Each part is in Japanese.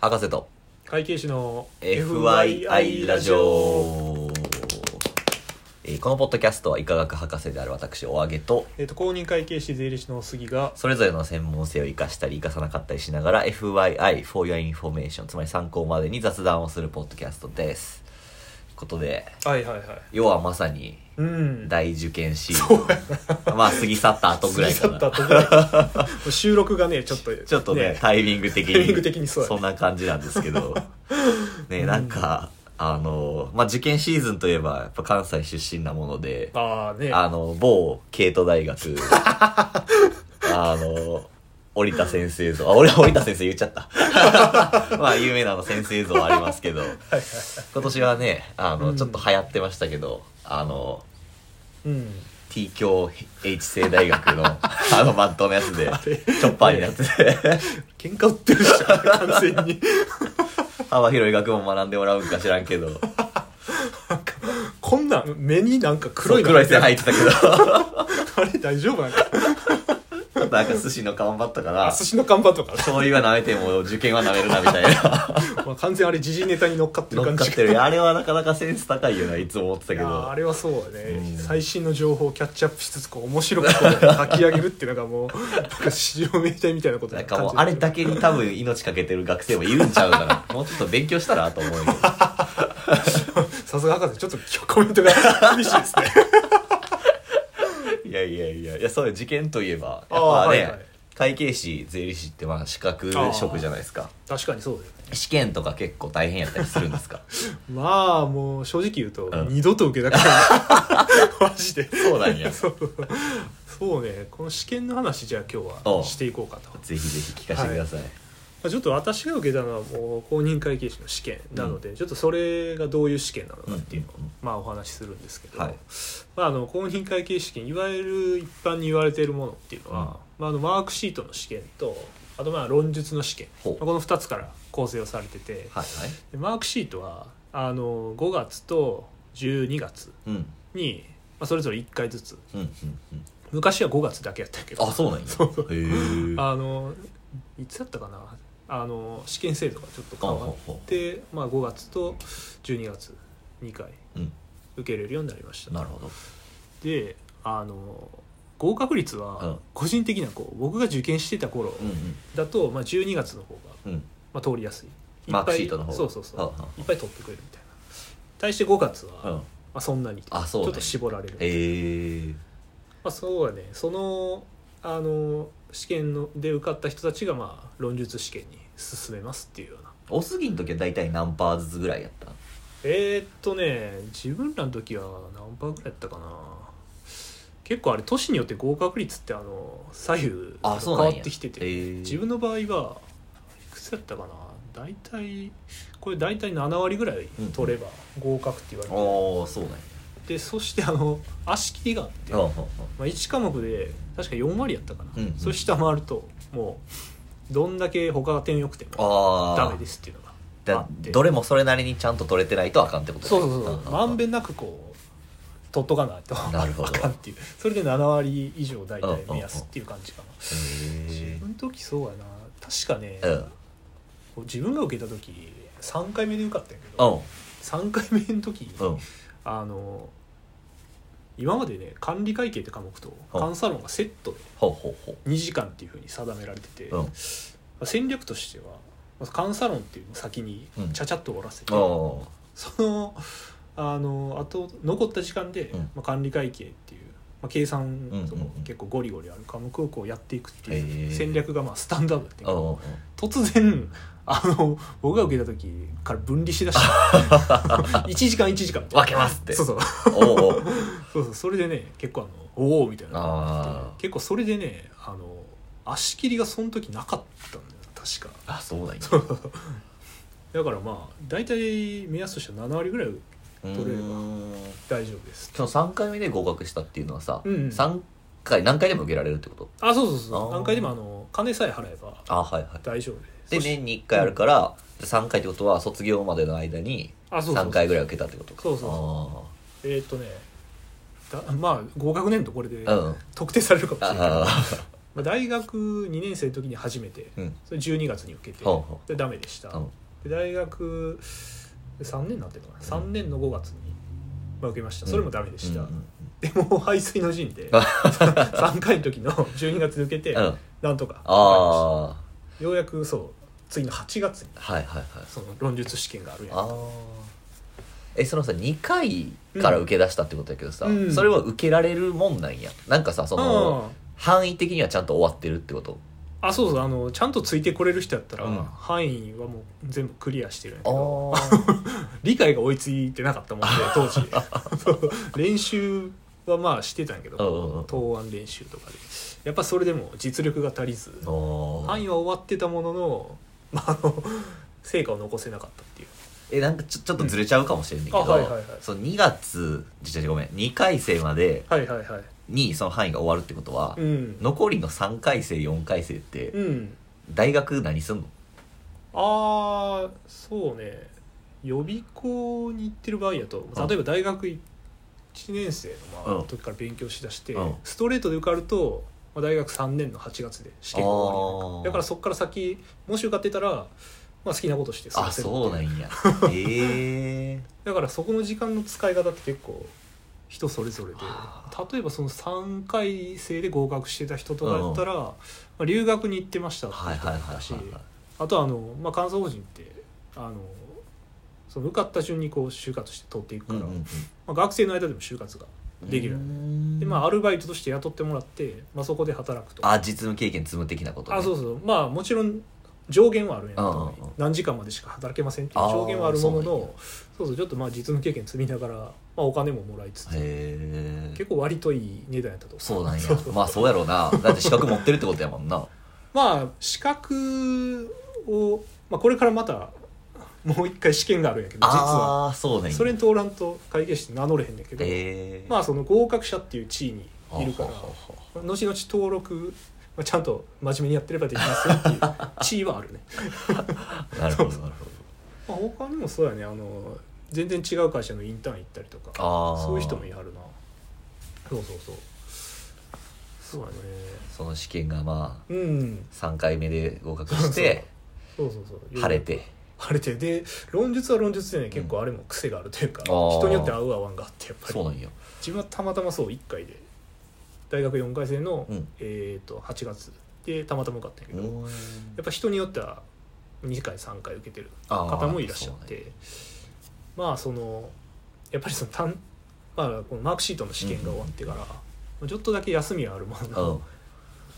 博士と会計士の FYI ラジオ、えーこのポッドキャストは医科学博士である私おあげとえっ、と公認会計士税理士の杉がそれぞれの専門性を生かしたり生かさなかったりしながら FYI for your information つまり参考までに雑談をするポッドキャストですということではいはいはい要はまさにうん大受験シーズンまあ過ぎ去った後ぐらいか過なぎ去った後ぐらいもう収録がねちょっとちょっとねタイミング的にタイミング的にそうだねんな感じなんですけ どねなんか、あの、まあ、受験シーズンといえばやっぱ関西出身なものでああねあの某慶都大 学あの織田先生像あ俺は織田先生言っちゃった まあ有名なあの先生像ありますけど今年はねあの、うんちょっと流行ってましたけどあのうん T 教 H 生大学のあのマットのやつでれチョッパーになってて喧嘩売ってるじゃん完全に幅広い学問学んでもらうんか知らんけど こんなん目になんか黒いそう黒い線入入ってたけどあれ大丈夫なんか なんか寿司の看板とかな寿司の看板とか、醤油は舐めても受験は舐めるなみた いなまあ、完全あれ時事ネタに乗っかって乗るっ感かじってるあれはなかなかセンス高いよないつも思ってたいけやーどあれはそうだね、うん最新の情報をキャッチアップしつつこう面白くこう書き上げるっていうのがもうなんか市場名体みたいなことなにん感かじもうるあれだけに多分命かけてる学生もいるんちゃうかな もうちょっと勉強したらと思うよさすが博士ちょっと今日コメントが厳しいですね いやいやいやいやそういう事件といえばやっあぱーね、はいはい会計士税理士ってまあ資格職じゃないですか 確かにそうだよね試験とか結構大変やったりするんですかまあもう正直言うと、うん二度と受けたくないマジで そうなんや ぜそうそうねこの試験の話じゃあ今日おうはしていこうかと、まひぜひ聞かせてください、あ、ちょっと私が受けたのはもう公認会計士の試験なので、ちょっとそれがどういう試験なのかっていうのを、うんうんうんまあお話しするんですけど、はいまあ、あの公認会計士試験いわゆる一般に言われているものっていうのは、まあ、あのマークシートの試験とあとまあ論述の試験、ほうまあこの2つから構成をされてて、はいはいでマークシートはあの5月と12月うんうんに、まあ、それぞれ1回ずつうんうん昔は5月だけやったけどあそうなんやそうへえあのいつだったかなあの試験制度がちょっと変わってまあ、5月と12月2回うん受けれるようになりましたなるほどであの合格率うはん個人的にはこう僕が受験してた頃うんうんだと、まあ、12月の方が、うんまあ、通りやすいいっぱいマークシートの方そうそうそう、はあはあいっぱい取ってくれるみたいな対して5月は、うんまあ、そんなにあそうちねょっと絞られる、へえまあ、そうはねそのあの試験ので受かった人たちが、まあ、論述試験に進めますっていうようなおすぎの時は大体何パーずつぐらいやったえーっとね自分らの時は何パーぐらいやったかな結構あれ年によって合格率ってあの左右あ変そうなんわやってきてて、へー自分の場合はいくつやったかな大体これ大体7割ぐらい取れば合格って言われて、ああそうなんやでそしてあの足切りがあって、うんうんうんまあ、1科目で確か4割やったかな、うんうんそれ下回るともうどんだけ他が点よくてあもあダメですっていうのがあだってどれもそれなりにちゃんと取れてないとあかんってことねそうそうそうまんべんんなくこう取っとかないとなるほどあかんっていうそれで7割以上大うんうん体うん目安っていう感じかな自へ分の時そうやな確かねえうんこう自分が受けた時3回目で受かったんやけうどん3回目の時うんあの今までね管理会計って科目とうん監査論がセットでほうほうほ2時間っていうふうに定められててううん戦略としてはまず監査論っていうのを先にうんちゃちゃっと終わらせてあそのあのあと残った時間で、うんまあ、管理会計っていう、まあ、計算うんうんうんとかも結構ゴリゴリある科目をこうやっていくってへいえう戦略がまあスタンダードだってあうんうん突然 あの僕が受けた時から分離しだした 1時間1時間みたいな分けますってそうそうおうお うそうそうそれでね結構あのおおみたいあなー結構それでねあの足切りがその時なかったんだよ確かあそうなんやだからまあ大体目安としては7割ぐらいう取れればーん大丈夫ですその3回目で合格したっていうのはさうんうん3回何回でも受けられるってことあそうそうそあーう何回でもあの金さえ払えばあはいはい大丈夫でそし年に1回あるから3回ってことは卒業までの間にあそうそう3回ぐらい受けたってことかそうそうそえーっとねだまあ合格年度これでうん特定されるかもしれないけどあまあ、大学2年生の時に初めてうんそれ12月に受けてほうほでダメでしたうんで大学3年になってるのかな3年の5月に、まあ、受けましたうんそれもダメでした、うんうんでもう排水の陣 で3回の時の12月で受けて、うん、あなんとか受かりまあしたようやくそう次の8月にーはいはいはいその論述試験があるやんああえそのさ2回から受け出したってことやけどさ、うんそれは受けられるもんなんやなんかさそのあ範囲的にはちゃんと終わってるってことああそうそうあのちゃんとついてこれる人やったら、うん範囲はもう全部クリアしてるんやけどああ理解が追いついてなかったも んで当時 そう練習はまあしてたんやけど、うんうんうん答案練習とかでやっぱそれでも実力が足りず、範囲は終わってたものの,、 まあ、あの成果を残せなかったっていうえなんかちょちょっとずれちゃうかもしれんねんけど、うんあはいはいはいその2月じゃじゃごめん2回生まではいはいはいにその範囲が終わるってことは、うん、残りの3回生4回生ってうん、大学何すんのああそうね予備校に行ってる場合やとうん例えば大学1年生のまうあん時から勉強しだして、うんストレートで受かると、まあ、大学3年の8月で試験が終わりやんあーかだからそこから先もし受かってたら、まあ、好きなことして過ごあせるそうなん やええだからそこの時間の使い方って結構人それぞれでは例えばその3回生で合格してた人とかやったら、まあ、留学に行ってましたってはい人はいもいはいたしはいはいあとはあの、まあ、監査法人ってあのその受かった順にこう就活して取っていくかうんら、うんうんまあ、学生の間でも就活ができるよねで、まあ、アルバイトとして雇ってもらって、まあ、そこで働くとあ実務経験積む的なこと、ね、あそうそうまあもちろん上限はあるんやけどうんうんうん何時間までしか働けませんっていうあー上限はあるもそうのなんやのそうそうちょっとまあ実務経験積みながら、まあ、お金ももらいつつへえ結構割といい値段やったとそうなんやそうそうまあそうやろうなだって資格持ってるってことやも んなまあ資格を、まあ、これからまたもう一回試験があるんやけど実はああそうなんやそれに通らんと会計士って名乗れへんねんけど、ええまあその合格者っていう地位にいるからほうほうほ後々登録、まあ、ちゃんと真面目にやってればできますよっていう 地位はあるねうなるほどなるほどまあ、他にもそうやねあの全然違う会社のインターン行ったりとかあーそういう人もいはるなそうそうそうそうやねその試験がまあうん3回目で合格してそうそう そう晴れて晴れてで論述は論述でね結構あれも癖があるというか、あー人によって合う合わんがあってやっぱりそうなんや自分はたまたまそう1回で大学4回生の、うんえー、と8月でたまたま受かったんやけど、やうーんっぱ人によっては2回3回受けてるあー方もいらっしゃっそうてまあそのやっぱりその単、まあ、このマークシートの試験が終わってから、ちょっとだけ休みはあるもんなんやうん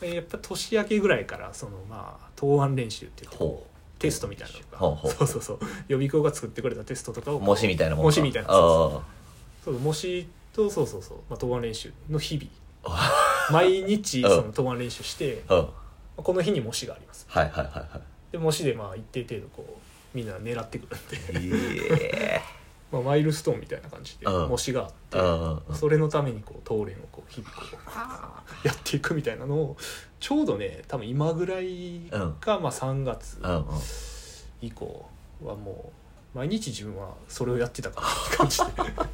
でやっぱ年明けぐらいからそのまあ答案練習っていうかほテストみたいなのとかほうほうそうそうそう予備校が作ってくれたテストとかうを模試みたいなもん か模試みたいなあーそう模試とそうそうそう、まあ、答案練習の日々毎日その答案練習してうんはいこの日に模試がありますはいはいはいで模試でまあ一定程度こうみんな狙ってくるんで、えまあ、マイルストーンみたいな感じでうん模試があっえて、ー、うんそれのためにこう当連をこう日々こうやっていくみたいなのをちょうどね多分今ぐらいがまあ3月うんうん以降はもう毎日自分はそれをやってたかなって感じで なんか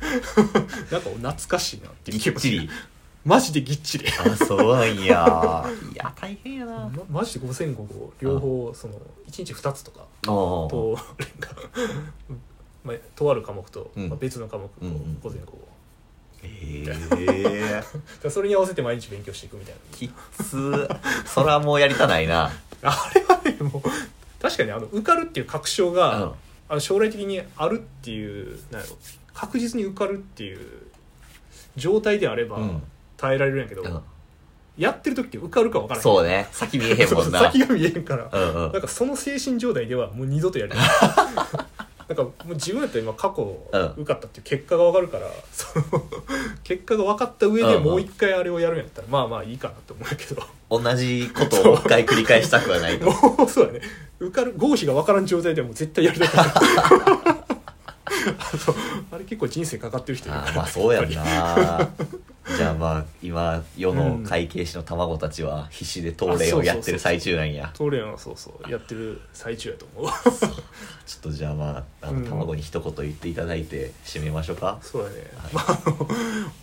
懐かしいなってぎいう気っ持ちちりマジでぎっちりあそうなん やいや大変やまなマジで5000個を両方その1日2つとかおーと連が まあとある科目とうんまあ別の科目をうんうん午前午後ええだからそれに合わせて毎日勉強していくみたいなきっつそらもうやりたない なあれは ねもう確かにあの受かるっていう確証うが、んあの将来的にあるっていうなんやろ確実に受かるっていう状態であればうん耐えられるんやけど、うんやってる時って受かるか分からへんそうね先見えへんもんな そうそう先が見えへんから、うんうんなんかその精神状態ではもう二度とやれない なんかもう自分やったら今過去うん受かったっていう結果が分かるから、その結果が分かった上でもう一回あれをやるんやったら、まあまあいいかなと思うけど同じことを一回繰り返したくはないともう そうだね受かる合否が分からん状態ではもう絶対やるだけ あのあれ結構人生かかってる人いるあかーま らあそうやんなじゃあまあ今世の会計士の卵たちは必死で東レをやってる最中なんやトレーンはそうそうやってる最中やと思うちょっとじゃあまああうのん卵に一言言っていただいて締めましょうか、そうやね、 まあ、あの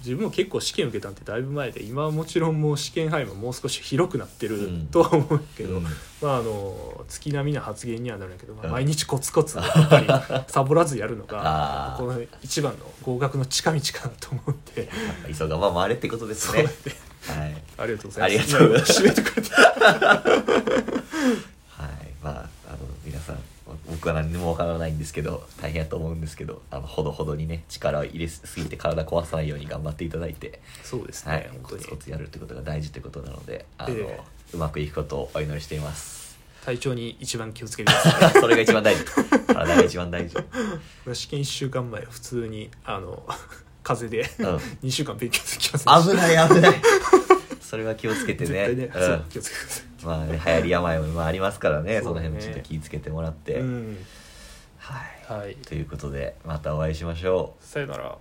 自分も結構試験受けたんってだいぶ前で今はもちろんもう試験範囲ももう少し広くなってるうんとは思うけど、うんまああの月並みな発言にはなるんやけど、まあうん毎日コツコツやっぱりサボらずやるのが あーこの一番の合格の近道かなと思って 急がば回れってことですねはい、ありがとうございますありがとうございます締めてくれてはい、まああの皆さん僕は何もわからないんですけど大変やと思うんですけどあのほどほどにね力を入れすぎて体壊さないように頑張っていただいてそうですね、はい、本当コにツコツやるってことが大事ってことなのであの、ええうまくいくことをお祈りしています 体調に一番気をつけてくださいそれが一番大事体が一番大事試験1週間前普通にあの 風邪でうん2週間勉強できませんでした危ない危 ないそれは気をつけて絶ね対ね、う、そうん気をつけてくださいまあね流行り病も今ありますからねそそうのね辺もちょっと気をつけてもらって、うんはいはいということでまたお会いしましょうさよなら